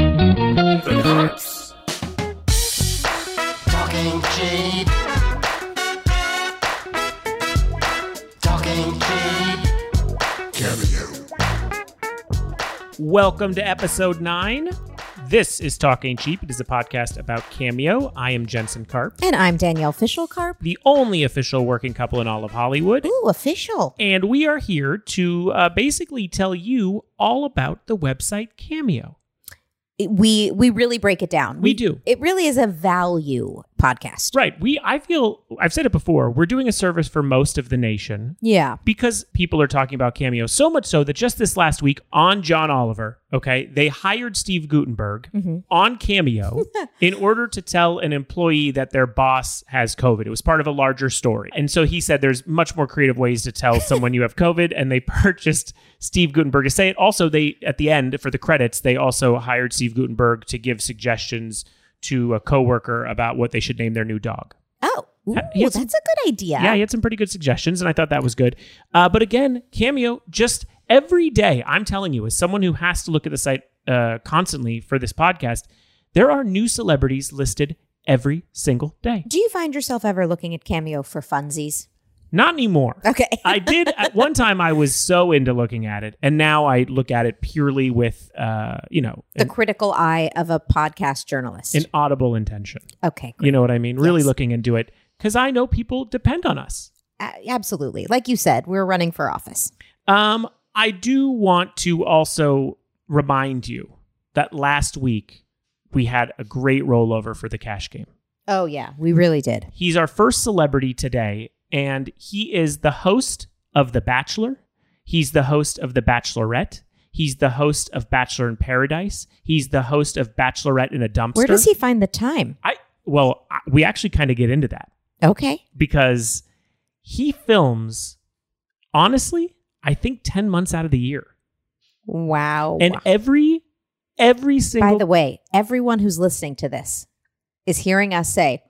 Mm-hmm. cheap. Talking cheap. Welcome to episode nine. This is Talking Cheap. It is a podcast about Cameo. I am Jensen Karp, And I'm Danielle Fischelkarp. the only official working couple in all of Hollywood. Ooh, official. And we are here to uh, basically tell you all about the website Cameo. It- we we really break it down. We do. It really is a value podcast. Right. We, I feel, I've said it before, we're doing a service for most of the nation. Yeah. because people are talking about Cameo so much so that just this last week on John Oliver, okay, they hired Steve Gutenberg on Cameo in order to tell an employee that their boss has COVID. It was part of a larger story. And so he said there's much more creative ways to tell someone you have COVID and they purchased Steve Gutenberg to say it. Also, they at the end for the credits, they also hired Steve Gutenberg to give suggestions to a coworker about what they should name their new dog. Oh, ooh, he had that's a good idea. Yeah, he had some pretty good suggestions, and I thought that was good. Uh, but again, Cameo, just every day, I'm telling you, as someone who has to look at the site uh, constantly for this podcast, there are new celebrities listed every single day. Do you find yourself ever looking at Cameo for funsies? Not anymore. Okay. I did at one time. I was so into looking at it, and now I look at it purely with, uh, you know, the an, critical eye of a podcast journalist. an audible intention. okay. You know what I mean? Really Yes. looking into it because I know people depend on us. A- absolutely. Like you said, we're running for office. Um, I do want to also remind you that last week we had a great rollover for the cash game. Oh yeah, we Mm-hmm. really did. He's our first celebrity today, and he is the host of The Bachelor. He's the host of The Bachelorette. He's the host of Bachelor in Paradise. He's the host of Bachelorette in a Dumpster. Where does he find the time? I well, I, we actually kind of get into that Okay. because he films. Honestly, I think ten months out of the year. Oh, Wow. and every every single By the way, everyone who's listening to this is hearing us say,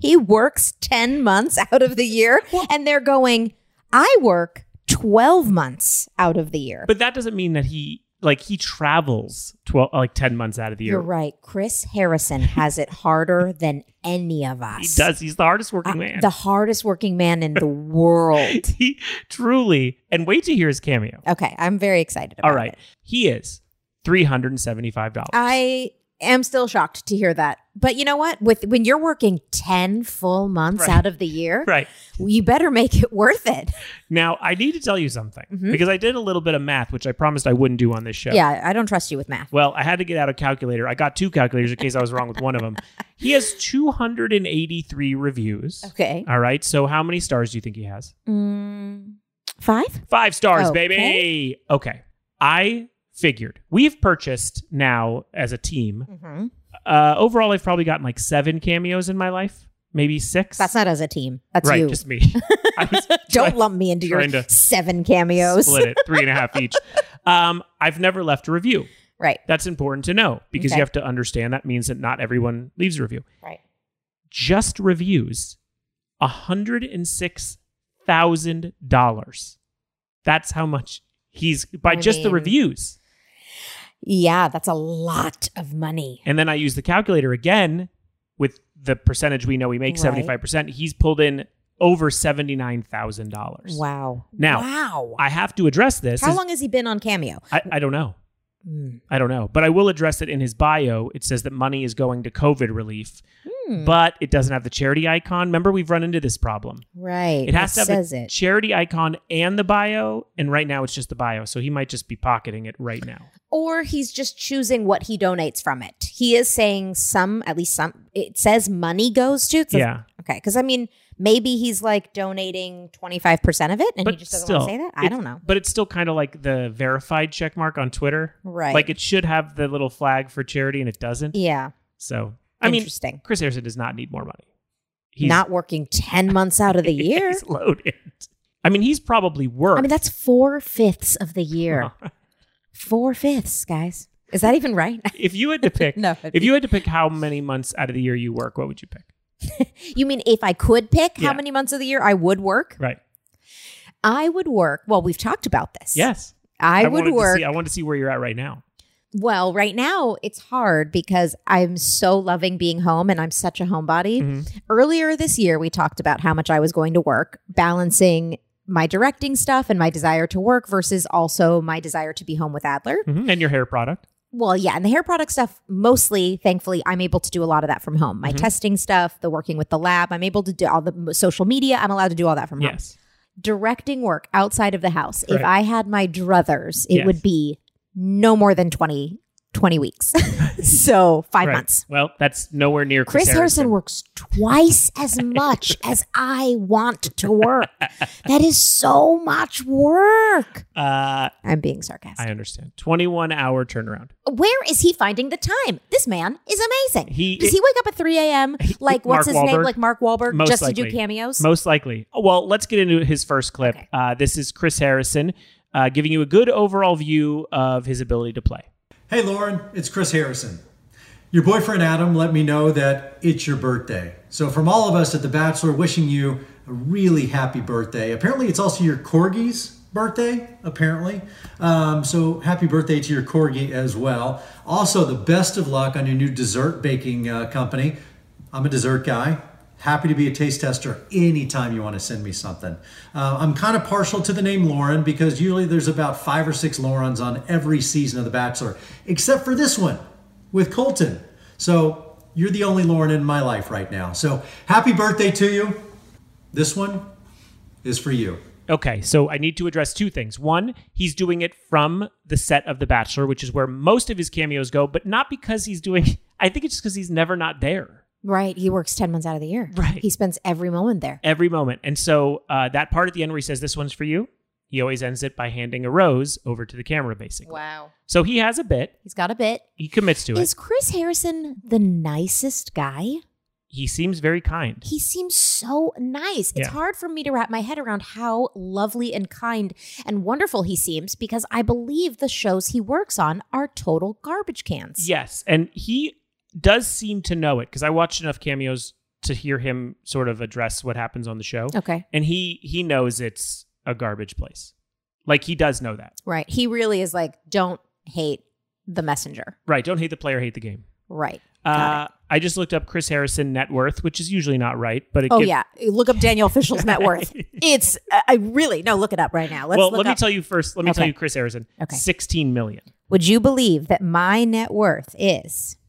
he works 10 months out of the year. And they're going, I work 12 months out of the year. but that doesn't mean that he like he travels 12 like 10 months out of the year You're right. Chris Harrison has it harder than any of he us. does he's the hardest working Uh, man The hardest working man in the world. he truly and wait to hear his cameo Okay. I'm very excited about all right it. he is $375 I am still shocked to hear that. But you know what? With when you're working 10 full months Right. out of the year, right you better make it worth it. now i need to tell you something Mhm. because i did a little bit of math which i promised i wouldn't do on this show Yeah, I don't trust you with math. well i had to get out a calculator i got two calculators in case i was wrong with one of them he has 283 reviews Okay. all right so how many stars do you think he has Mm, five? Five stars, Okay. baby. Okay. I figured we've purchased now as a team. Mm-hmm. Uh, overall, I've probably gotten like seven cameos in my life, maybe six. That's not as a team. That's right, you. just me. I was Don't trying lump me into your trying to seven to cameos. Split it three and a half each. Um, I've never left a review. Right. That's important to know because Okay. you have to understand that means that not everyone leaves a review. Right. Just reviews, hundred and six thousand dollars. That's how much he's by I just the mean- reviews. Yeah, that's a lot of money. And then I use the calculator again with the percentage we know we make, Right. 75%. He's pulled in over $79,000. Wow. Now- wow. I have to address this. How Is- long has he been on Cameo? I, I don't know. Mm. I don't know. But I will address it in his bio. It says that money is going to COVID relief, Hmm. but it doesn't have the charity icon. Remember, we've run into this problem. right. It has to have says the it. charity icon and the bio. And right now it's just the bio. So he might just be pocketing it right now. Or he's just choosing what he donates from it. He is saying some, at least some, it says money goes to. It says- yeah. Okay. Because I mean, maybe he's like donating 25% of it and But he just doesn't still, want to say that. I it- don't know. But it's still kind of like the verified check mark on Twitter. Right. Like it should have the little flag for charity and it doesn't. yeah. So, I mean, Interesting. Chris Harrison does not need more money. He's not working 10 months out of the year. He's loaded. I mean, he's probably Uh-huh. worth. I mean, that's four fifths of the year. Well, Four fifths, guys. Is that even right? if you had to pick, no. if you had to pick how many months out of the year you work, what would you pick? you mean if I could pick Yeah. how many months of the year I would work? Right. I would work. Well, we've talked about this. Yes. I, wanted would to work. see- I want to see where you're at right now. Well, right now it's hard because I'm so loving being home and I'm such a homebody. Mhm. Earlier this year, we talked about how much I was going to work, balancing my directing stuff and my desire to work versus also my desire to be home with Adler. Mhm. And your hair product. Well, yeah, and the hair product stuff, mostly, thankfully, I'm able to do a lot of that from home. My Mhm. testing stuff, the working with the lab, I'm able to do all the m- social media. I'm allowed to do all that from home. Yes. Directing work outside of the house. If Correct. I had my druthers, it Yes. would be no more than 20, 20 weeks. so five Right. months. Well, that's nowhere near Chris, Chris Harrison works twice as much as I want to work. That is so much work. Uh, I'm being sarcastic. I understand. 21 hour turnaround. Where is he finding the time? This man is amazing. He- Does he wake up at 3 a.m. Mark like what's his name? Wahlberg? Like Mark Wahlberg Most just to likely. do cameos? Most likely. Well, let's get into his first clip. Okay. Uh, this is Chris Harrison uh, giving you a good overall view of his ability to play. Hey Lauren, it's Chris Harrison. Your boyfriend Adam let me know that it's your birthday. So, from all of us at The Bachelor, wishing you a really happy birthday. Apparently, it's also your corgi's birthday, apparently. Um, so, happy birthday to your corgi as well. Also, the best of luck on your new dessert baking uh, company. I'm a dessert guy. Happy to be a taste tester anytime you want to send me something. Uh, I'm kind of partial to the name Lauren because usually there's about five or six Laurens on every season of The Bachelor, except for this one with Colton. So you're the only Lauren in my life right now. So happy birthday to you. This one is for you. Okay, so I need to address two things. One, he's doing it from the set of The Bachelor, which is where most of his cameos go, but not because he's doing. I think it's just because he's never not there right. He works 10 months out of the year. Right. He spends every moment there. every moment. And so uh, that part at the end where he says, "This one's for you," he always ends it by handing a rose over to the camera, basically. Wow. So he has a bit. He's got a bit. He commits to Is it. Chris Harrison the nicest guy? He seems very kind. He seems so nice. It's Yeah. hard for me to wrap my head around how lovely and kind and wonderful he seems because I believe the shows he works on are total garbage cans. Yes, and he does seem to know it because I watched enough cameos to hear him sort of address what happens on the show, Okay. and he he knows it's a garbage place. Like he does know that. Right. He really is like, don't hate the messenger. Right. Don't hate the player, hate the game. Right. Got Uh, I just looked up Chris Harrison net worth, which is usually not right, but it Oh gives- yeah, look up Daniel Fishel's net worth. It's I- I really no look it up right now. Let's well, look let me up. tell you first. Let me tell Okay. you, Chris Harrison, Okay. sixteen million. Would you believe that my net worth is?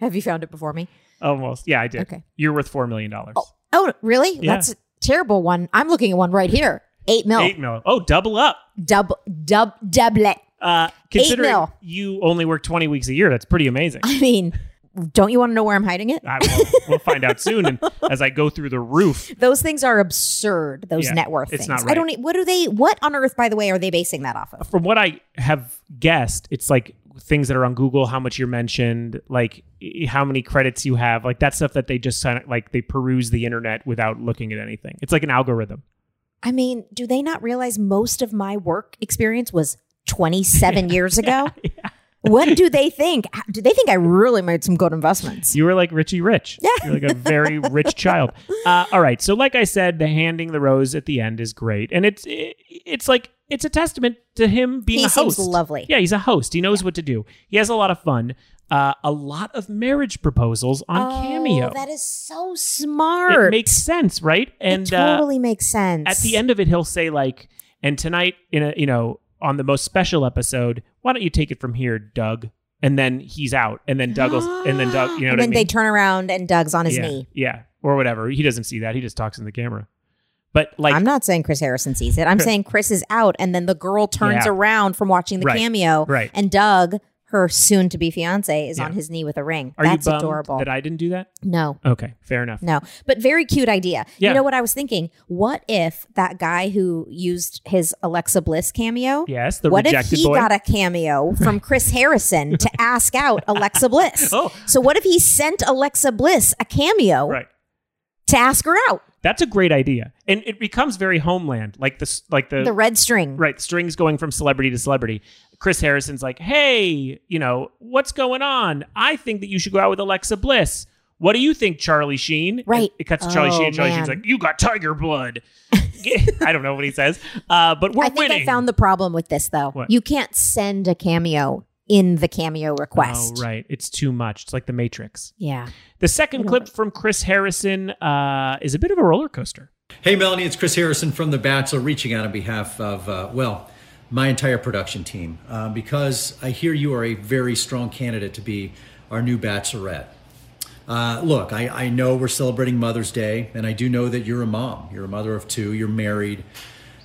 Have you found it before me? Almost. Yeah, I did. Okay. You're worth four million dollars. Oh really? Yeah. That's a terrible one. I'm looking at one right here. Eight mil. Eight million. Oh, double up. Double dub doublet. Uh, considering mil. you only work twenty weeks a year, that's pretty amazing. I mean, don't you want to know where I'm hiding it? I will, we'll find out soon. And as I go through the roof, Those things are absurd. Those Yeah, net worth it's things. not I right. don't. e- What are they? What on earth, by the way, are they basing that off of? from what I have guessed, it's like things that are on Google, how much you're mentioned, like eh, how many credits you have, like that stuff that they just kind of like they peruse the internet without looking at anything. It's like an algorithm. I mean, do they not realize most of my work experience was 27 years ago? What do they think? Do they think I really made some good investments? You were like Richie Rich. Yeah. You're like a very rich child. Uh, all right. So, like I said, the handing the rose at the end is great, and it's it, it's like it's a testament to him being He a seems host. lovely. Yeah, he's a host. He knows what to do. He has a lot of fun. Uh, a lot of marriage proposals on Cameo. Oh, that is so it smart. makes sense, right? It And uh, totally makes sense. at the end of it, he'll say like, "And tonight, in a you know, on the most special episode, why don't you take it from here, Doug?" And then he's out, and then Doug, will, and then Doug, you know and what I then mean? they turn around and Doug's on his yeah, knee. Yeah, or whatever. He doesn't see that. He just talks in the camera. But like, I'm not saying Chris Harrison sees it. I'm saying Chris is out, and then the girl turns Yeah. around from watching the Right. cameo, Right. and Doug, her soon-to-be fiance, is Yeah. on his knee with a ring. are That's you bummed adorable. that I didn't do that? no, Okay, fair enough. No, but very cute idea. Yeah. You know what I was thinking? What if that guy who used his Alexa Bliss cameo? Yes, the what if rejected he boy. got a cameo from Chris Harrison to ask out Alexa Bliss? Oh. So what if he sent Alexa Bliss a cameo right. to ask her out? That's a great idea, and it becomes very homeland, like this, like The red string. Right, strings going from celebrity to celebrity. Chris Harrison's like, hey, you know, what's going on? I think that you should go out with Alexa Bliss. What do you think, Charlie Sheen? And Right. it cuts to Charlie Oh, Sheen. and Charlie Sheen's man. like, you got tiger blood. I don't know what he says, uh, but we're I think winning. I found the problem with this though. What? You can't send a cameo in the cameo request. Oh, right. It's too much. It's like the Matrix. Yeah. The second It'll clip work. from Chris Harrison uh, is a bit of a roller coaster. Hey, Melanie, it's Chris Harrison from The Bachelor, reaching out on behalf of, uh, well, my entire production team, uh, because I hear you are a very strong candidate to be our new Bachelorette. Uh, look, I, I know we're celebrating Mother's Day, and I do know that you're a mom. You're a mother of two, you're married.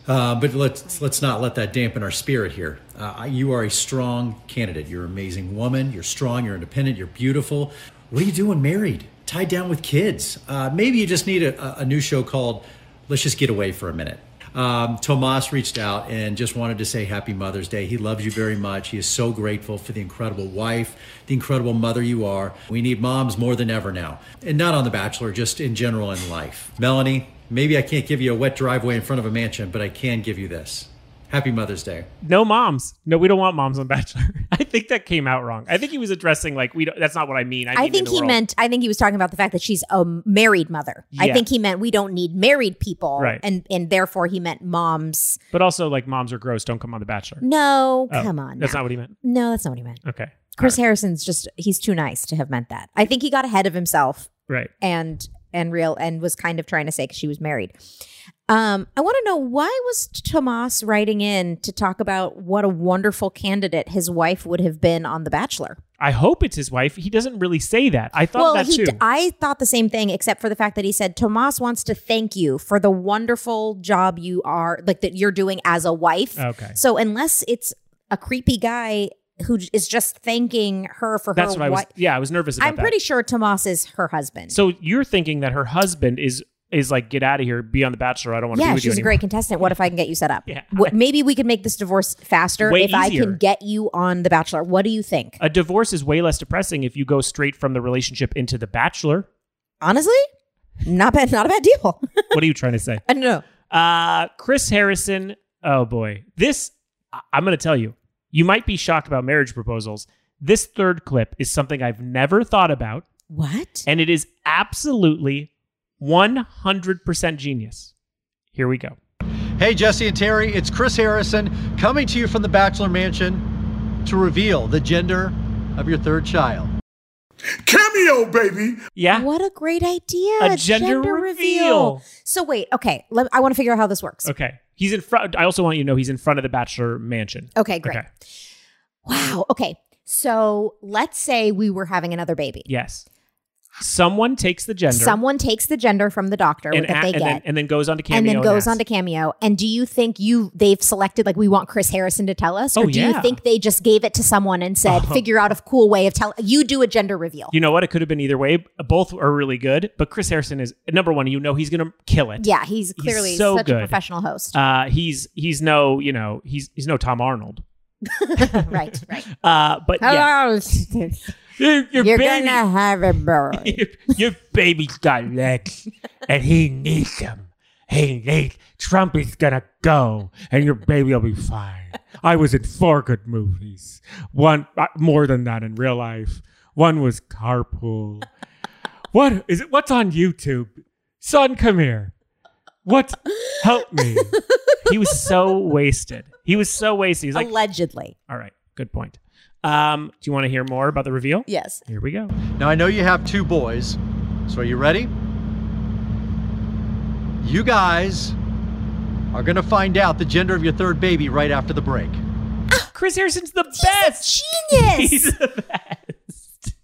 Uh, but let's let's not let that dampen our spirit here. Uh, you are a strong candidate. You're an amazing woman. You're strong. You're independent. You're beautiful. What are you doing married, tied down with kids? Uh, maybe you just need a, a new show called "Let's Just Get Away for a Minute." Um, Tomas reached out and just wanted to say Happy Mother's Day. He loves you very much. He is so grateful for the incredible wife, the incredible mother you are. We need moms more than ever now, and not on The Bachelor, just in general in life. Melanie, Maybe I can't give you a wet driveway in front of a mansion, but I can give you this. Happy Mother's Day. No moms. No, we don't want moms on Bachelor. I think that came out wrong. I think he was addressing like we. Don't, that's not what I mean. I, I mean in think the he world. meant. I think he was talking about the fact that she's a married mother. I Yeah. think he meant we don't need married people, Right. and and therefore he meant moms. but also like moms are gross. Don't come on The Bachelor. No, Oh, come on. That's now. not what he meant. no, that's not what he meant. Okay. Chris Harrison's just he's too nice to have meant that. I think he got ahead of himself Right. and and real and was kind of trying to say 'cause she was married. Um, I want to know why was Tomas writing in to talk about what a wonderful candidate his wife would have been on The Bachelor. I hope it's his wife. He doesn't really say that. I thought well, that he too. d- uh, I thought the same thing, except for the fact that he said Tomas wants to thank you for the wonderful job you are like that you're doing as a wife. okay. So unless it's a creepy guy who j- is just thanking her for That's her what I was. wi- Yeah, I was nervous about I'm that. pretty sure Tomas is her husband. So you're thinking that her husband is is like get out of here, be on The Bachelor. I don't want to yeah, be with she's you a anymore. great contestant. What if I can get you set up? Yeah. Wh- maybe we could make this divorce faster Way if I easier. can get you on The Bachelor. What do you think? A divorce is way less depressing if you go straight from the relationship into The Bachelor. Honestly, not bad. Not a bad deal. What are you trying to say? I don't know. Uh, Chris Harrison. Oh boy, this I- I'm going to tell you. You might be shocked about marriage proposals. This third clip is something I've never thought about, What? and it is absolutely 100% genius. Here we go. Hey, Jesse and Terry, it's Chris Harrison coming to you from the Bachelor Mansion to reveal the gender of your third child. Cameo, baby! Yeah, What a great idea. a gender, reveal. So wait, okay. Let, I want to figure out how this works. Okay, Okay, he's in front. I also want you to know he's in front of the Bachelor mansion. great. Okay. Wow. Okay. So let's say we were having another baby. Yes. Someone takes the gender Someone takes the gender from the doctor and, that a- and they get. then and then goes on to cameo and then goes asks. on to cameo and do you think you they've selected like we want chris harrison to tell us Oh, or do yeah. you think they just gave it to someone and said figure out a cool way of telling you do a gender reveal You know what? It could have been either way. Both are really good, but Chris Harrison is number one. You know he's going to kill it. yeah he's clearly so such good. a professional host Uh, he's he's no you know he's he's no Tom Arnold. right right Uh, but yeah, Hello. your, your you're baby, gonna have a bird your, your baby's got legs, and he needs them. He needs. Trump is gonna go, and your baby will be fine. I was in four good movies. One uh, more than that in real life. One was Carpool. What is it? What's on YouTube? Son, come here. What? Help me. He was so wasted. He was so wasted. He's like, allegedly all right, good point. Um, do you want to hear more about the reveal? yes Here we go. Now, I know you have two boys, so are you ready? You guys are going to find out the gender of your third baby right after the break. Chris Harrison's the He's best. a He's genius the best.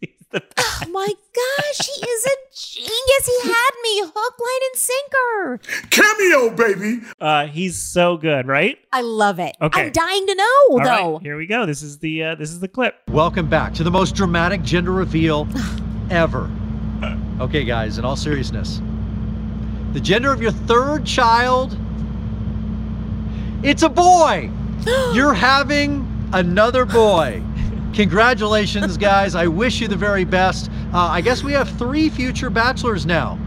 He's the best. oh my gosh he is a genius he had me hook line and sinker Cameo, baby! Uh, he's so good, right? i love it Okay. i'm dying to know All right, though here we go. This is the uh, this is the clip. Welcome back to the most dramatic gender reveal ever. Okay, guys, in all seriousness, the gender of your third child, it's a boy. You're having another boy. Congratulations, guys. I wish you the very best. Uh, I guess we have three future bachelors now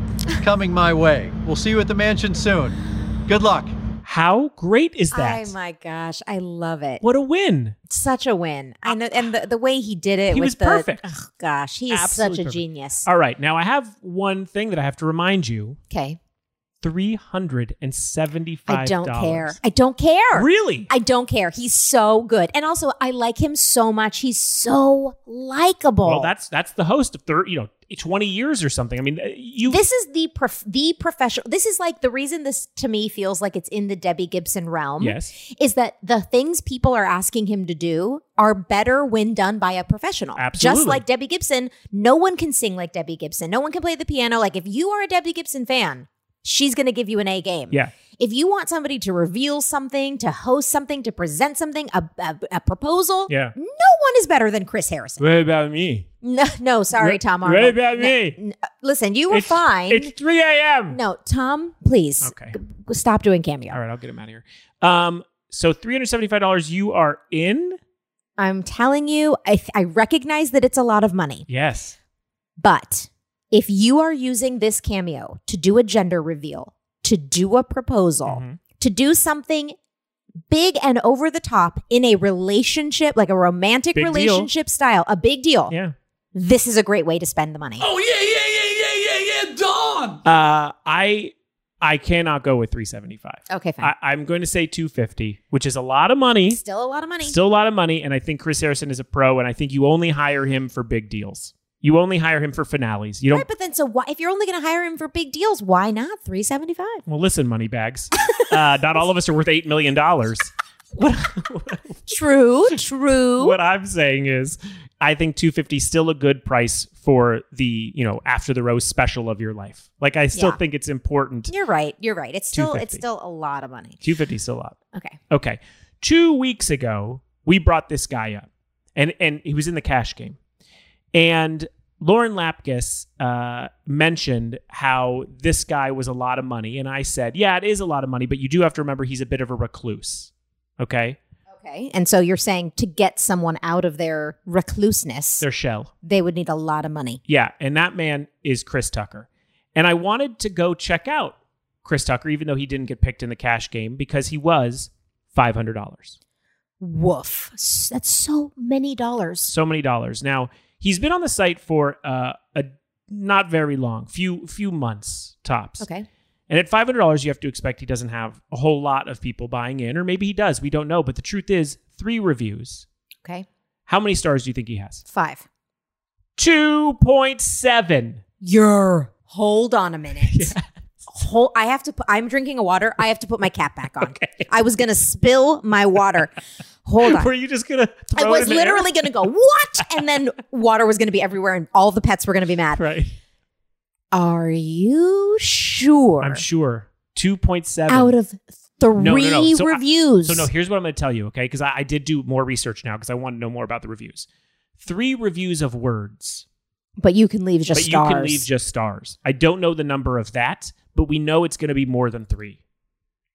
coming my way. We'll see you at the mansion soon. Good luck. How great is that? Oh my gosh, I love it. what a win! Such a win. I know and the, the way he did it He with was the, perfect. ugh, gosh, he is Absolutely such a perfect. genius. All right, now I have one thing that I have to remind you Okay. three hundred and seventy-five. I don't care. I don't care. Really? I don't care. He's so good. And also, I like him so much. He's so likable. well, that's that's the host of thirty, you know, twenty years or something. I mean, uh, you. this is the prof- the professional. This is like the reason this to me feels like it's in the Debbie Gibson realm. Yes. is that the things people are asking him to do are better when done by a professional. Absolutely. Just like Debbie Gibson, no one can sing like Debbie Gibson. No one can play the piano. Like if you are a Debbie Gibson fan, she's going to give you an A game. yeah. If you want somebody to reveal something, to host something, to present something, a, a, a proposal, Yeah. no one is better than Chris Harrison. What about me? No, no sorry, Tom Arnold. What about No, me? Listen, you were it's, fine. It's three a.m. No, Tom, please Okay. g- stop doing cameo. All right, I'll get him out of here. Um, so three hundred seventy-five dollars. You are in. I'm telling you, I, th- I recognize that it's a lot of money, Yes. but if you are using this cameo to do a gender reveal, to do a proposal, Mhm. to do something big and over the top in a relationship, like a romantic Big deal. relationship style, a big deal, Yeah. this is a great way to spend the money. Uh, I I cannot go with three seventy-five. Okay, fine. I, I'm going to say two fifty, which is a lot of money. Still a lot of money. Still a lot of money, and I think Chris Harrison is a pro, and I think you only hire him for big deals. You only hire him for finales. You don't. Right, but then so why if you're only going to hire him for big deals, why not 375? Well, listen, money bags. Uh, not all of us are worth eight million dollars. What True, true. what I'm saying is, I think 250 is still a good price for the you know after the row special of your life. Like I still Yeah. think it's important. You're right. You're right. It's still it's 250. still a lot of money. 250 is still up. Okay. Okay. Two weeks ago, we brought this guy up, and and he was in the cash game, and Lauren Lapkus uh, mentioned how this guy was a lot of money, and I said, yeah, it is a lot of money, but you do have to remember he's a bit of a recluse. Okay, Okay. And so you're saying to get someone out of their recluseness, their shell. they would need a lot of money. Yeah, and that man is Chris Tucker. And I wanted to go check out Chris Tucker, even though he didn't get picked in the cash game, because he was five hundred dollars. Woof. S- That's so many dollars. so many dollars. Now he's been on the site for uh, a not very long, few few months tops. Okay. And at five hundred dollars, you have to expect he doesn't have a whole lot of people buying in, or maybe he does. We don't know. But the truth is, three reviews. Okay. How many stars do you think he has? 5. Two point seven. You're hold on a minute. Hold, I have to put, I'm drinking a water. I have to put my cap back on. I was going to spill my water. Hold on. Were you just gonna? Throw I it was in the air? literally going to go, what? And then water was going to be everywhere and all the pets were going to be mad. right. Are you sure? I'm sure two point seven Out of three No, no, no. So I- reviews. So no, here's what I'm going to tell you, okay? Because I, I did do more research now because I want to know more about the reviews. Three reviews of words. but you can leave just but stars. you can leave just stars. I don't know the number of that, but we know it's going to be more than three.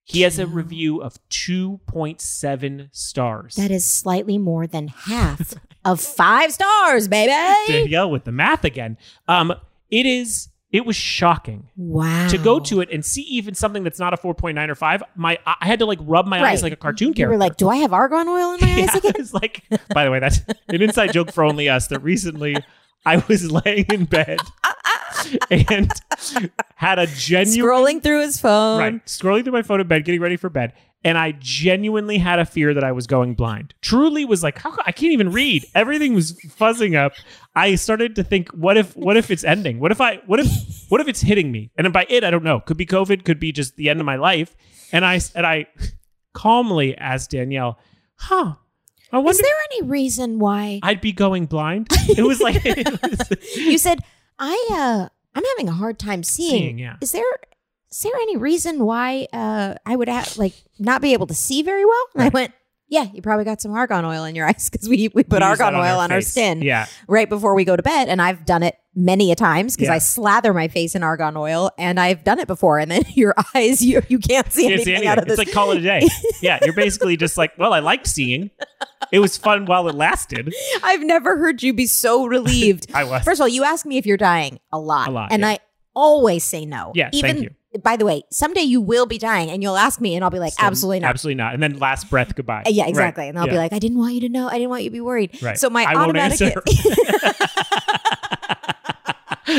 He has a review of 2.7 stars. that is slightly more than half of five stars, baby. Danielle with the math again. Um, it is. It was shocking Wow. to go to it and see even something that's not a 4.9 or 5. My I had to like rub my eyes Right. like a cartoon You character. were like, do I have argon oil in my eyes yeah, again? it's like, by the way, that's an inside joke for only us that recently I was laying in bed and had a genuine Scrolling through his phone. right scrolling through my phone in bed getting ready for bed and i genuinely had a fear that i was going blind truly was like how co- i can't even read everything was fuzzing up i started to think what if what if it's ending what if i what if what if it's hitting me and by it i don't know could be covid could be just the end of my life and i and i calmly asked danielle huh i Was wonder there any reason why i'd be going blind it was like it was- you said I? uh I'm having a hard time seeing. Seeing, yeah. Is there is there any reason why uh I would have, like not be able to see very well? And I went, yeah, you probably got some argon oil in your eyes because we we put We use argon that oil on our face. skin. yeah right before we go to bed. And I've done it many a times because Yeah. I slather my face in argon oil and I've done it before. And then your eyes, you, you can't see can't anything see out of anything. this. It's like call it a day. yeah, you're basically just like, well, I liked seeing. It was fun while it lasted. I've never heard you be so relieved. I was. First of all, you ask me if you're dying a lot. A lot, And yeah. I always say no. Yeah, Even, thank By the way, someday you will be dying and you'll ask me and I'll be like, absolutely not. Absolutely not. And then last breath, goodbye. Uh, Yeah, Right. exactly. And I'll be Yeah. like, I didn't want you to know. I didn't want you to be worried. Right. So my I won't automatic answer.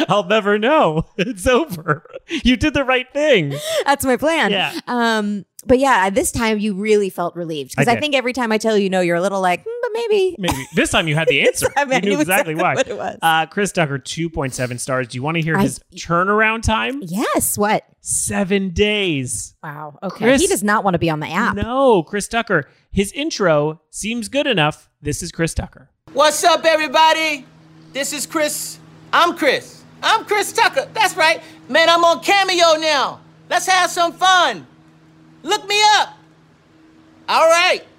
I'll never know. It's over. You did the right thing. That's my plan. Yeah. Um, but yeah, this time you really felt relieved because I I, did. think every time I tell you no, you're a little like, "Mm, but maybe. Maybe this time you had the answer. I mean, I you knew knew exactly, exactly why. what it was. Uh, Chris Tucker, two point seven stars. Do you want to hear I- his turnaround time? Yes. What? Seven days. Wow. Okay. Chris- he does not want to be on the app. No, Chris Tucker. His intro seems good enough. This is Chris Tucker. What's up, everybody? This is Chris. I'm Chris. I'm Chris Tucker. That's right. Man, I'm on Cameo now. Let's have some fun. Look me up. All right.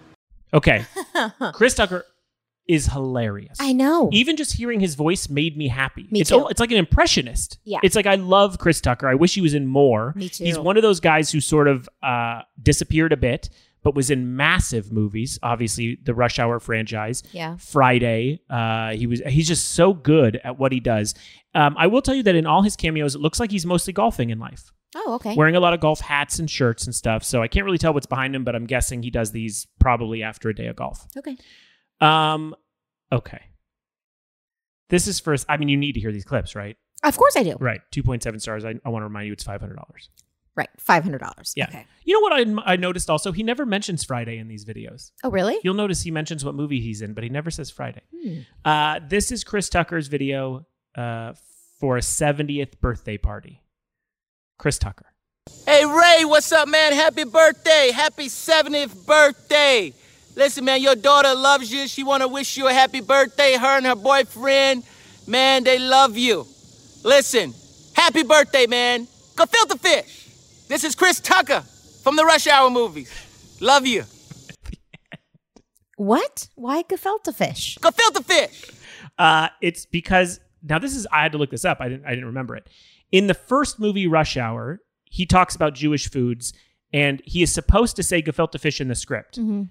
Okay, Chris Tucker is hilarious. I know. Even just hearing his voice made me happy. Me it's too. al- it's like an impressionist. Yeah. It's like I love Chris Tucker. I wish he was in more. Me too. He's one of those guys who sort of uh, disappeared a bit, but was in massive movies. Obviously, the Rush Hour franchise. Yeah. Friday. Uh, he was. He's just so good at what he does. Um, I will tell you that in all his cameos, it looks like he's mostly golfing in life, oh, okay. wearing a lot of golf hats and shirts and stuff. So I can't really tell what's behind him, but I'm guessing he does these probably after a day of golf. okay. Um, okay. This is first. I mean, you need to hear these clips, right? Of course I do. Right. Right. Two point seven stars. I, I want to remind you, it's five hundred dollars. Five hundred dollars. Yeah. Okay. You know what I, I noticed also? He never mentions Friday in these videos. Oh, really? You'll notice he mentions what movie he's in, but he never says Friday. Hmm. Uh, this is Chris Tucker's video uh, for a seventieth birthday party. Chris Tucker. Hey, Ray, what's up, man? Happy birthday. Happy 70th birthday. Listen, man, your daughter loves you. She want to wish you a happy birthday. Her and her boyfriend, man, they love you. Listen, happy birthday, man. Go filter fish. This is Chris Tucker from the Rush Hour movies. Love you. What? Why gefilte fish? Go filter fish. Uh, it's because now this is I had to look this up. I didn't I didn't remember it. In the first movie Rush Hour, he talks about Jewish foods and he is supposed to say gefilte fish in the script. Mm-hmm.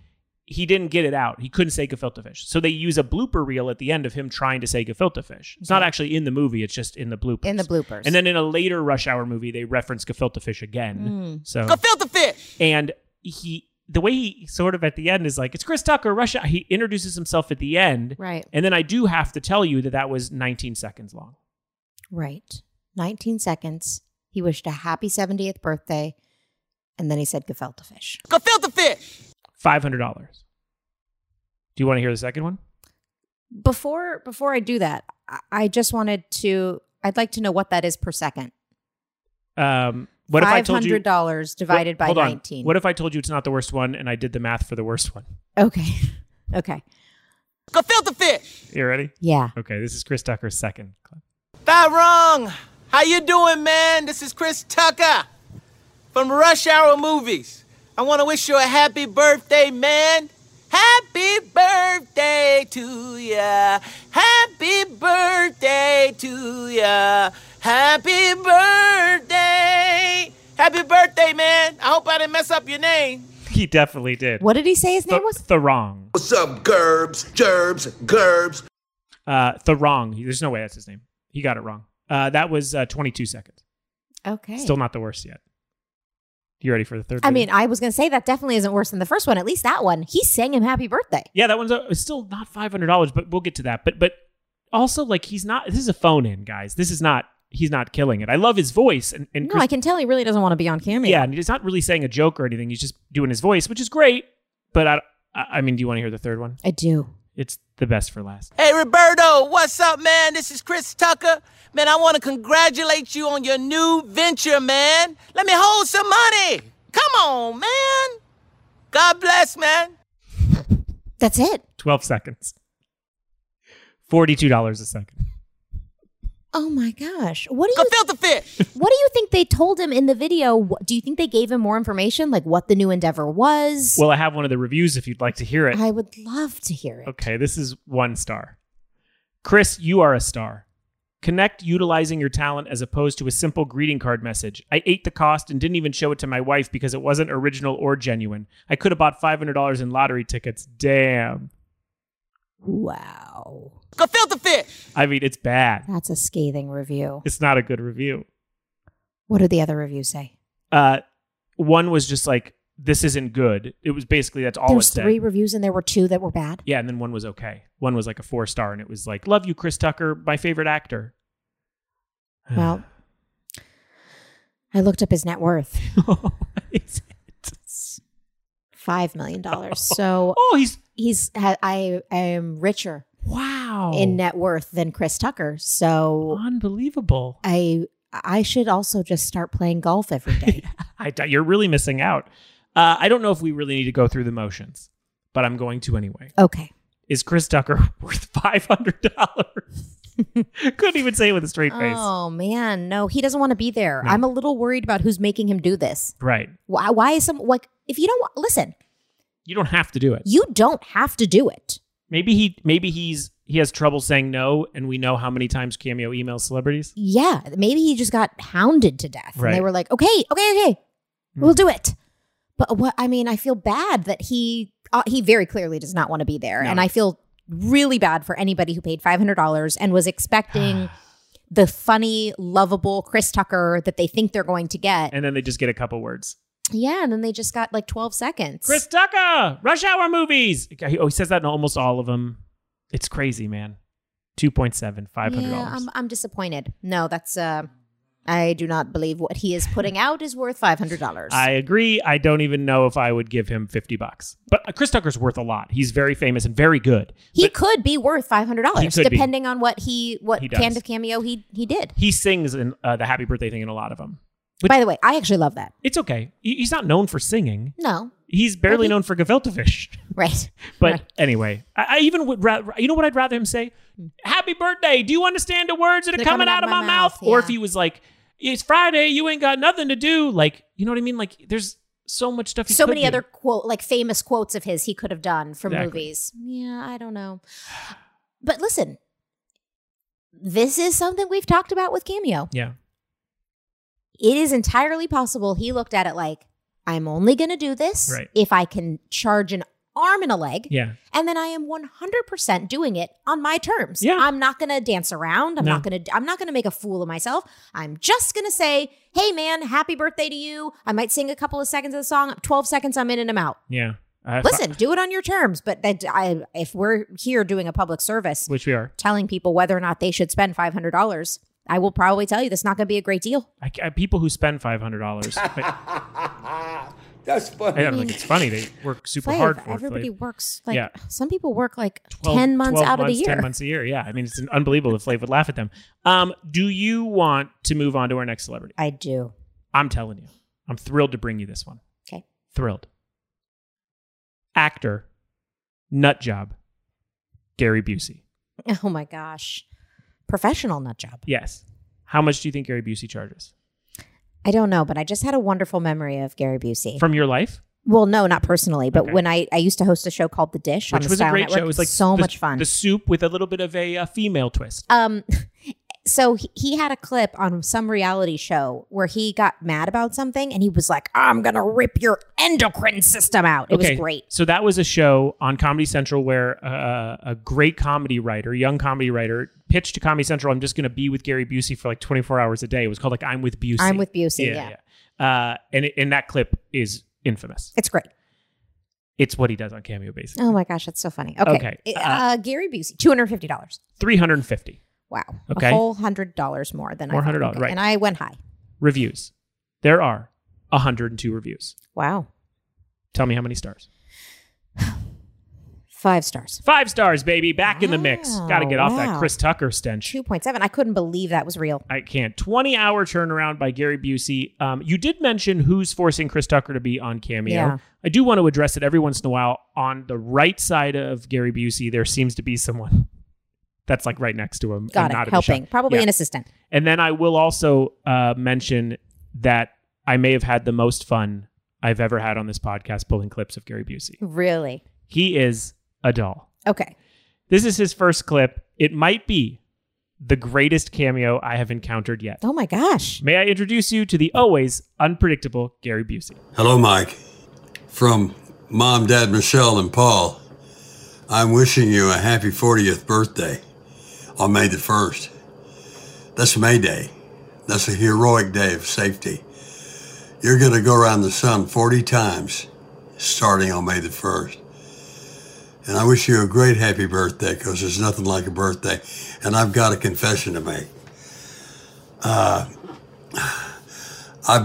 He didn't get it out. He couldn't say gefilte fish. So they use a blooper reel at the end of him trying to say gefilte fish. It's not actually in the movie, it's just in the bloopers. In the bloopers. And then in a later Rush Hour movie, they reference gefilte fish again. So Go filter fish. and he the way he sort of at the end is like it's Chris Tucker Russia he introduces himself at the end Right. and then I do have to tell you that that was 19 seconds long Right. Nineteen seconds. He wished a happy seventieth birthday, and then he said gefilte fish. Go filter fish. $500 do you want to hear the second one Before before I do that, I, I just wanted to. I'd like to know what that is per second. um what if I Five told you hundred dollars divided what- by hold on. nineteen. what if I told you it's not the worst one and I did the math for the worst one Okay. okay. Go filter fish. you ready Yeah. okay this is Chris Tucker's second clip Tyrone, how you doing, man? This is Chris Tucker from Rush Hour Movies. I want to wish you a happy birthday, man. Happy birthday to ya. Happy birthday to ya. Happy birthday. Happy birthday, man. I hope I didn't mess up your name. he definitely did What did he say his Th- name was? Tharong What's up, gerbs, gerbs, gerbs? uh Tharong there's no way that's his name he got it wrong uh that was uh, 22 seconds Okay. Still not the worst yet. You ready for the third? I video? mean, I was going to say that definitely isn't worse than the first one. At least that one, he sang him happy birthday. yeah, that one's uh, it's still not five hundred dollars, but we'll get to that. But but also like he's not. This is a phone in, guys. This is not. He's not killing it. I love his voice and and No, Chris- I can tell he really doesn't want to be on camera. yeah, and he's not really saying a joke or anything. He's just doing his voice, which is great. But I I I mean, do you want to hear the third one? I do. It's the best for last. Hey, Roberto, what's up, man? This is Chris Tucker. Man, I want to congratulate you on your new venture, man. Let me hold some money. Come on, man. God bless, man. That's it. Twelve seconds. Forty-two dollars a second. Oh my gosh. What do Go you filter fish. What do you think they told him in the video? Wh- Do you think they gave him more information like what the new endeavor was? Well, I have one of the reviews if you'd like to hear it. I would love to hear it. Okay, this is one star. Chris, you are a star. Connect utilizing your talent as opposed to a simple greeting card message. I ate the cost and didn't even show it to my wife because it wasn't original or genuine. I could have bought $500 in lottery tickets. Damn. Wow. Go filter fish. I mean, it's bad. That's a scathing review. It's not a good review. What did the other reviews say? Uh, one was just like, this isn't good. It was basically that's all There's it said. three reviews and there were two that were bad. yeah, and then one was okay. One was like a four star, and it was like, love you, Chris Tucker, my favorite actor. Well, I looked up his net worth five million dollars. So oh, he's he's ha- I I am richer wow, in net worth than Chris Tucker. Ah. So unbelievable. I I should also just start playing golf every day. I d- you're really missing out. Uh, I don't know if we really need to go through the motions, but I'm going to anyway. Okay. Is Chris Tucker worth five hundred dollars? Couldn't even say it with a straight face. Oh man, no, he doesn't want to be there. I'm a little worried about who's making him do this. Right. Why? Why is some like if you don't wa- listen, You don't have to do it. you don't have to do it. Maybe he maybe he's he has trouble saying no, and we know how many times Cameo emails celebrities. Yeah, maybe he just got hounded to death, and they Right. Hmm. were like, okay, okay, okay, we'll do it. But what I mean, I feel bad that he uh, he very clearly does not want to be there, No. and I feel really bad for anybody who paid five hundred dollars and was expecting. The funny, lovable Chris Tucker that they think they're going to get. And then they just get a couple words. yeah, and then they just got like 12 seconds. Chris Tucker, Rush Hour movies. Okay, he- Oh, he says that in almost all of them. It's crazy, man. Two point seven, five hundred Yeah, dollars. I'm, I'm disappointed. No, that's uh, I do not believe what he is putting out is worth five hundred dollars. I agree. I don't even know if I would give him fifty bucks. But uh, Chris Tucker's worth a lot. He's very famous and very good. He could be worth five hundred dollars, He could be. depending on what he what He does. kind of cameo he he did. He sings in uh, the Happy Birthday thing in a lot of them. By the way, I actually love that. It's okay. He- He's not known for singing. No, He's barely he- known for Gefilte right? But Right. Hmm. anyway, I, I even would rather, you know what I'd rather him say? Happy birthday. Do you understand the words that are They're coming, out of my, mouth? Or if yeah. he was like, it's Friday, you ain't got nothing to do. Like, you know what I mean? Like, there's so much stuff. He so could many do. other quote like famous quotes of his he could have done from Exactly. movies. Yeah, I don't know. But listen, this is something we've talked about with cameo. Yeah. it is entirely possible he looked at it like i'm only going to do this Right. if i can charge an arm and a leg Yeah. and then i am 100% doing it on my terms Yeah. i'm not going to dance around i'm No. not going to i'm not going to make a fool of myself i'm just going to say hey man happy birthday to you i might sing a couple of seconds of the song 12 seconds i'm in and i'm out Yeah. I- listen do it on your terms but that I, if we're here doing a public service Which we are. telling people whether or not they should spend $500 i will probably tell you that's not going to be a great deal I, I- people who spend $500. I, That's funny. I don't think it's funny. They work super Slave. hard for it. Everybody Flav. works like Yeah. some people work like 12 ten months 12 out of the months, year. 10 months a year. Yeah. I mean, it's unbelievable if Flav would laugh at them. Um, do you want to move on to our next celebrity? I do. I'm telling you, I'm thrilled to bring you this one. Okay. Thrilled. Actor, nut job, Gary Busey. Oh my gosh, professional nut job. Yes. How much do you think Gary Busey charges I don't know, but I just had a wonderful memory of Gary Busey. from your life? well, no, not personally, but Okay. when I I used to host a show called The Dish on Which the was Style a great Network. show. It was like so the- much fun. The soup with a little bit of a, uh female twist. um, so he, he had a clip on some reality show where he got mad about something and he was like, "I'm gonna rip your endocrine system out." It was great. So that was a show on Comedy Central where uh, a great comedy writer, young comedy writer, pitched to Comedy Central, "I'm just going to be with Gary Busey for like 24 hours a day." It was called like "I'm with Busey." I'm with Busey. Yeah, yeah. Uh, and it- and that clip is infamous. it's great. It's what he does on Cameo basis. Oh my gosh, that's so funny. Okay. Okay, Uh, uh, Gary Busey, two hundred fifty dollars. Three hundred and fifty Wow. Okay. A whole hundred dollars more than More I thought. $100, right. And I went high. reviews. There are hundred and two reviews. Wow. Tell me how many stars. Five stars. Five stars, baby. Back in the mix. Wow, Got to get off that wow. Chris Tucker stench. Two point seven. I couldn't believe that was real. I can't. Twenty-hour turnaround by Gary Busey. Um, you did mention who's forcing Chris Tucker to be on Cameo. Yeah. I do want to address it every once in a while. On the right side of Gary Busey, there seems to be someone that's like right next to him. Got and not it. in the shot. Helping. Probably Yeah. an assistant. And then I will also uh, mention that I may have had the most fun I've ever had on this podcast pulling clips of Gary Busey. Really? He is a doll. Okay. This is his first clip. It might be the greatest cameo I have encountered yet. Oh my gosh. May I introduce you to the always unpredictable Gary Busey? Hello, Mike. From Mom, Dad, Michelle, and Paul, I'm wishing you a happy 40th birthday on May the 1st. That's May Day. That's a heroic day of safety. You're going to go around the sun 40 times starting on May the 1st. And I wish you a great happy birthday because there's nothing like a birthday. And I've got a confession to make. I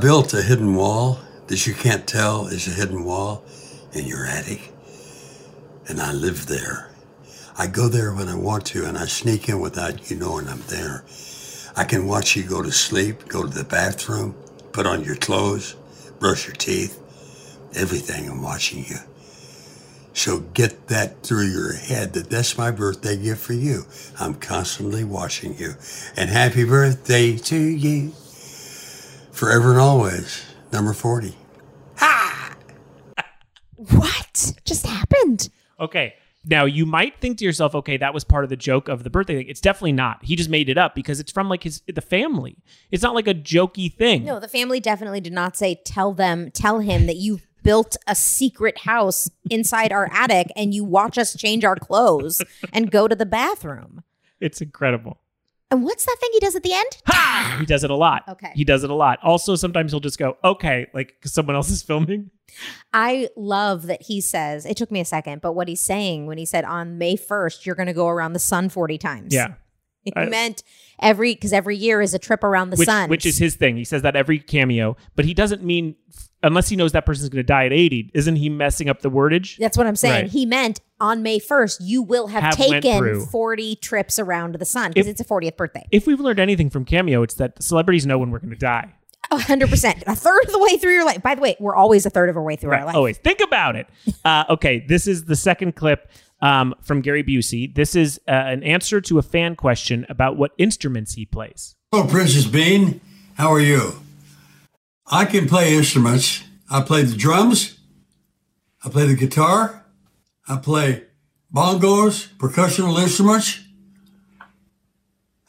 built a hidden wall that you can't tell is a hidden wall in your attic, and I live there. I go there when I want to, and I sneak in without you knowing I'm there. I can watch you go to sleep, go to the bathroom, put on your clothes, brush your teeth, everything. I'm watching you. So get that through your head that that's my birthday gift for you. I'm constantly watching you. And happy birthday to you. Forever and always, number 40. What just happened? Okay. Now you might think to yourself, okay, that was part of the joke of the birthday thing. It's definitely not. He just made it up because it's from like his the family. It's not like a jokey thing. No, the family definitely did not say, tell them, tell him that you've built a secret house inside our attic and you watch us change our clothes and go to the bathroom. It's incredible. And what's that thing he does at the end? He does it a lot. Okay. He does it a lot. Also, sometimes he'll just go, okay, like 'cause someone else is filming. I love that he says, it took me a second, but what he's saying when he said on May 1st, you're going to go around the sun 40 times. Yeah. He I- meant every, because every year is a trip around the which, sun. which is his thing. He says that every cameo, but he doesn't mean unless he knows that person's going to die at 80. Isn't he messing up the wordage? That's what I'm saying. Right. He meant on May 1st, you will have, Have went taken through. 40 trips around the sun because If- it's a 40th birthday. If we've learned anything from cameo, it's that celebrities know when we're going to die. A 100%. a third of the way through your life. By the way, we're always a third of our way through our life. Always think about it. Uh, okay, this is the second clip um, from Gary Busey. This is uh, an answer to a fan question about what instruments he plays. Hello, Princess Bean. How are you? I can play instruments. I play the drums. I play the guitar. I play bongos, percussional instruments.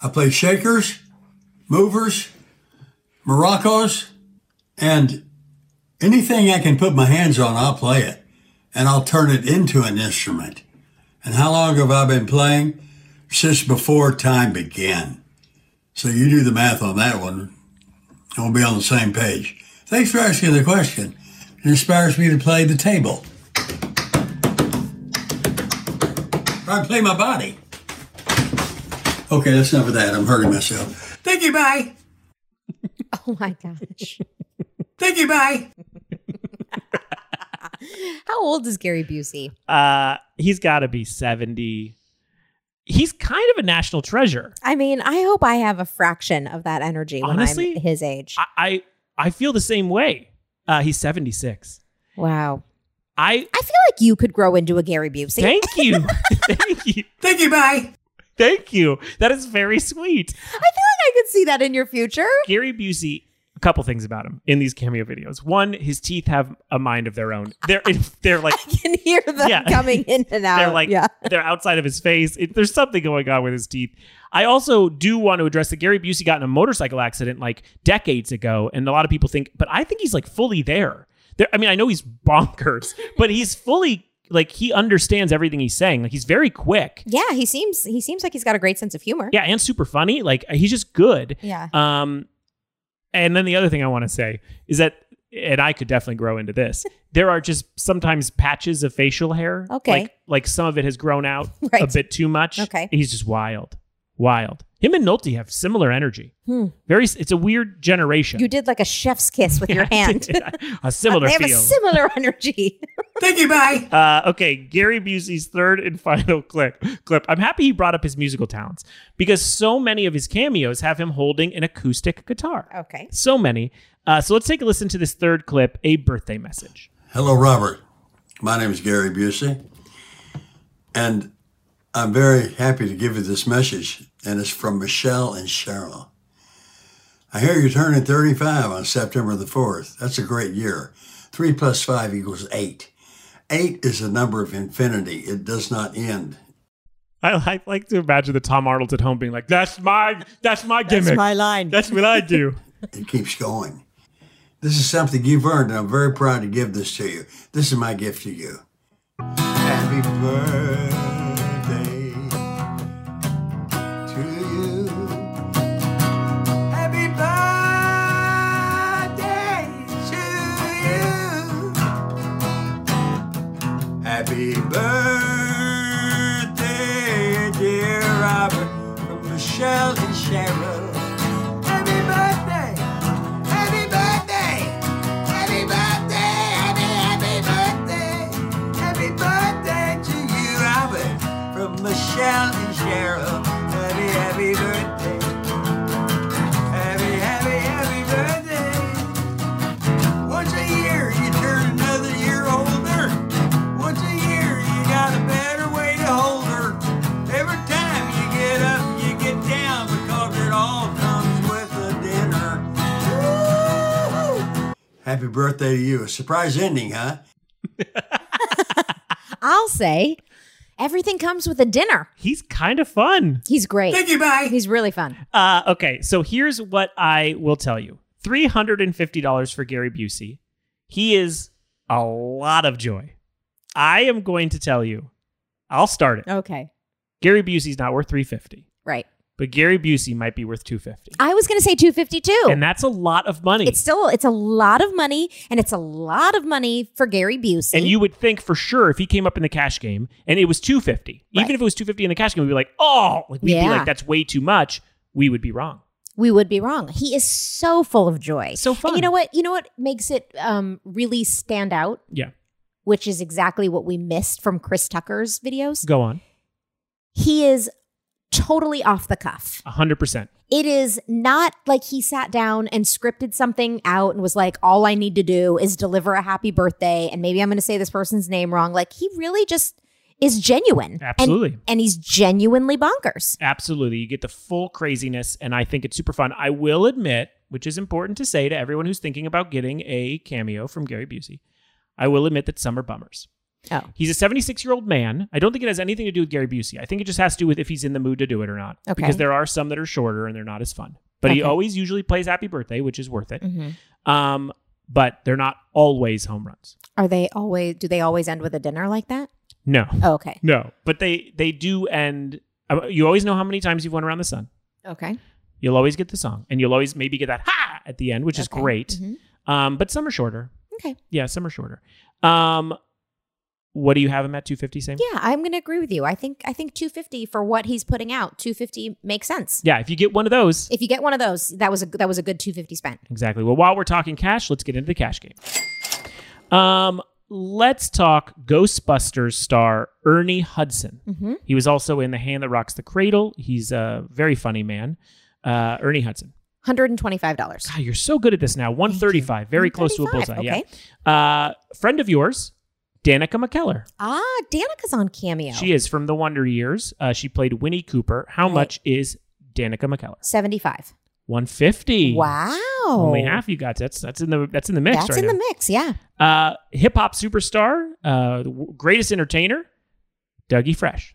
I play shakers, movers, maracas, and anything I can put my hands on, I'll play it. And I'll turn it into an instrument. And how long have I been playing? Since before time began. So you do the math on that one. and We'll be on the same page. Thanks for asking the question. It inspires me to play the table. Or I play my body. Okay, that's enough of that. I'm hurting myself. Thank you, bye. Oh my gosh. Thank you, bye. How old is Gary Busey? Uh, he's got to be 70. He's kind of a national treasure. I mean, I hope I have a fraction of that energy when Honestly? I'm his age. I I, I feel the same way. Uh, he's 76. wow. I I feel like you could grow into a Gary Busey. thank you. thank you. Thank you, bye. Thank you. That is very sweet. I feel like I could see that in your future. Gary Busey, a couple things about him in these cameo videos. One, his teeth have a mind of their own. They're they're like I can hear them Yeah. coming in and out. they're like yeah. they're outside of his face. It, there's something going on with his teeth. I also do want to address that Gary Busey got in a motorcycle accident like decades ago, and a lot of people think, but I think he's like fully there. there I mean, I know he's bonkers, but he's fully like he understands everything he's saying. Like he's very quick. Yeah, he seems he seems like he's got a great sense of humor. Yeah, and super funny. Like he's just good. Yeah. Um, and then the other thing I want to say is that, and I could definitely grow into this. there are just sometimes patches of facial hair. Okay. Like, like some of it has grown out a Right. bit too much. Okay. He's just wild, wild. Him and Nolte have similar energy. Hmm. Very. s- It's a weird generation. You did like a chef's kiss with your hand. a similar they have feel. a similar energy. Thank you, bye. Uh, okay, Gary Busey's third and final clip. Clip. I'm happy he brought up his musical talents because so many of his cameos have him holding an acoustic guitar. Okay. So many. Uh, so let's take a listen to this third clip, a birthday message. Hello, Robert. My name is Gary Busey, and I'm very happy to give you this message, and it's from Michelle and Cheryl. I hear you're turning 35 on September the 4th. That's a great year. 3 plus 5 equals 8. 8 is a number of infinity, it does not end. I, I like to imagine the Tom Arnold's at home being like, "That's my, that's my gimmick. That's, line. what I do." It keeps going. This is something you've earned, and I'm very proud to give this to you. This is my gift to you. Happy birthday to you. Happy birthday to you. Happy birthday, dear Robert, from Michelle and Cheryl. Happy Happy birthday to you. A surprise ending, huh? I'll say everything comes with a dinner. He's kind of fun. He's great. Thank you, bye. He's really fun. Uh, okay, so here's what I will tell you $350 for Gary Busey. He is a lot of joy. I am going to tell you, I'll start it. Okay. Gary Busey's not worth 350 Right. but Gary Busey might be worth 250 I was going to say 252. And that's a lot of money. it's still it's a lot of money and it's a lot of money for Gary Busey. and you would think for sure if he came up in the cash game and it was 250 even Right. if it was 250 in the cash game we'd be like oh like we'd be Yeah. like that's way too much we would be wrong we would be wrong. He is so full of joy. So fun. And you know what? You know what makes it um really stand out? yeah Which is exactly what we missed from Chris Tucker's videos. go on He is totally off the cuff. 100% it is not like he sat down and scripted something out and was like, all I need to do is deliver a happy birthday. And maybe I'm going to say this person's name wrong. Like, he really just is genuine. And- Absolutely. And, he's genuinely bonkers. absolutely you get the full craziness and i think it's super fun i will admit which is important to say to everyone who's thinking about getting a cameo from gary busey i will admit that some are bummers Oh, He's a 76 year old man. I don't think it has anything to do with Gary Busey. I think it just has to do with if he's in the mood to do it or not. Okay. Because there are some that are shorter and they're not as fun. But he Okay. Mm. always usually plays Happy Birthday, which is worth it. Mm-hmm. Um, but they're not always home runs. are they always, do they always end with a dinner like that? No, Oh, okay. no. But they they do end. uh, You always know how many times you've won around the sun. Okay. You'll always get the song, and you'll always maybe get that ha at the end, which is Okay. great. Mhm. Um, but some are shorter. Okay. Yeah, some are shorter. Um, what do you have him at 250? Same. Yeah, I'm going to agree with you. I think, I think 250 for what he's putting out, 250 makes sense. Yeah. If you get one of those, If you get one of those, that was a, that was a good 250 spent. Exactly. Well, while we're talking cash, let's get into the cash game. Um, let's talk Ghostbusters star Ernie Hudson. Mm-hmm. He was also in The Hand That Rocks the Cradle. He's a very funny man. Uh, Ernie Hudson. $125. God, you're so good at this now. 135, very close to a 135, bullseye. Yeah. Uh, friend of yours, Danica McKellar. Ah, Danica's on Cameo. She is from The Wonder Years. Uh, she played Winnie Cooper. How Right. much is Danica McKellar? 75. 150. Wow. Only half you got. That's that's in the that's in the mix That's right in now. the mix, yeah. uh, hip hop superstar, uh, the w- greatest entertainer, Dougie Fresh.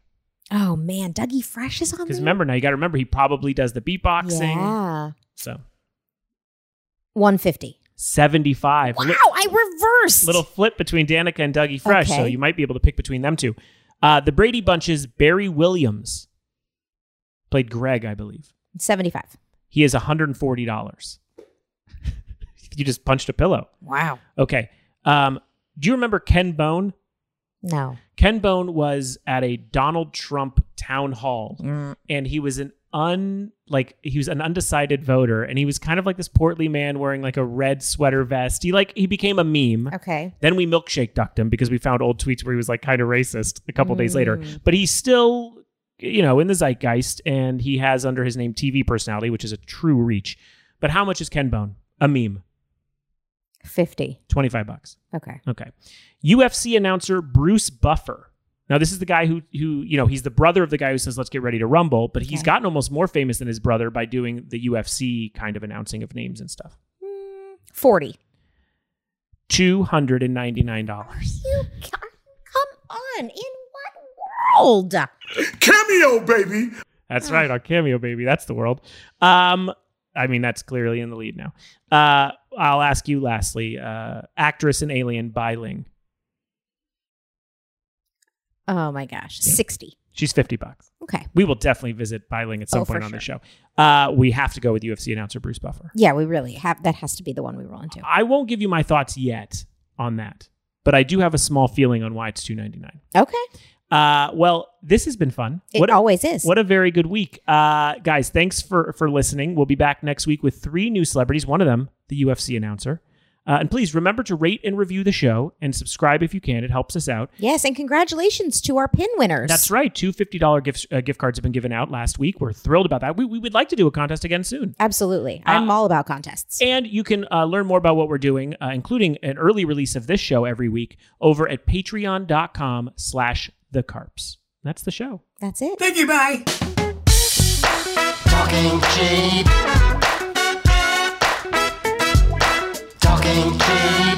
Oh man, Dougie Fresh is on there. Because remember now, you got to remember he probably does the beatboxing. yeah. So 150. seventy five. Wow, I reversed. little flip between Danica and Dougie Fresh. So Okay. you might be able to pick between them two. Uh, the Brady Bunch's Barry Williams played Greg, I believe. 75. He is one hundred and forty dollars. you just punched a pillow. Wow. Okay. Um, do you remember Ken Bone? No. Ken Bone was at a Donald Trump town hall, Mm. and he was an un like he was an undecided voter, and he was kind of like this portly man wearing like a red sweater vest. He like he became a meme. Okay. Then we milkshake ducked him because we found old tweets where he was like kind of racist a couple days later. But he's still, you know, in the zeitgeist, and he has under his name TV personality, which is a true reach. But how much is Ken Bone? A meme, 50. twenty five bucks. Okay. Okay. UFC announcer Bruce Buffer. Now this is the guy who who you know he's the brother of the guy who says let's get ready to rumble, but he's Okay. gotten almost more famous than his brother by doing the UFC kind of announcing of names and stuff. Hmm, 40. Two hundred and ninety nine dollars. You come, come on. In what world? Cameo, baby! Ah. That's right, on Cameo, baby. That's the world. Um, I mean that's clearly in the lead now. Uh, I'll ask you lastly, uh, actress and alien Biling. Oh my gosh. 60. She's fifty bucks. Okay. We will definitely visit Biling at some Oh, point for on the show. Uh, we have to go with UFC announcer Bruce Buffer. Yeah, we really have that has to be the one we roll into. I won't give you my thoughts yet on that, but I do have a small feeling on why it's two ninety nine. Okay. Uh, well, this has been fun. It what a, always is. what a very good week, uh, guys! Thanks for for listening. We'll be back next week with three new celebrities. One of them, the UFC announcer. Uh, and please remember to rate and review the show and subscribe if you can. It helps us out. yes, and congratulations to our pin winners. That's right. Two fifty dollar gift uh, gift cards have been given out last week. We're thrilled about that. We we would like to do a contest again soon. Absolutely. Uh, I'm all about contests. And you can uh, learn more about what we're doing, uh, including an early release of this show every week over at patreon.com slash the carps. That's the show. That's it. Thank you, bye! Talking cheap. Talking Talking Kid.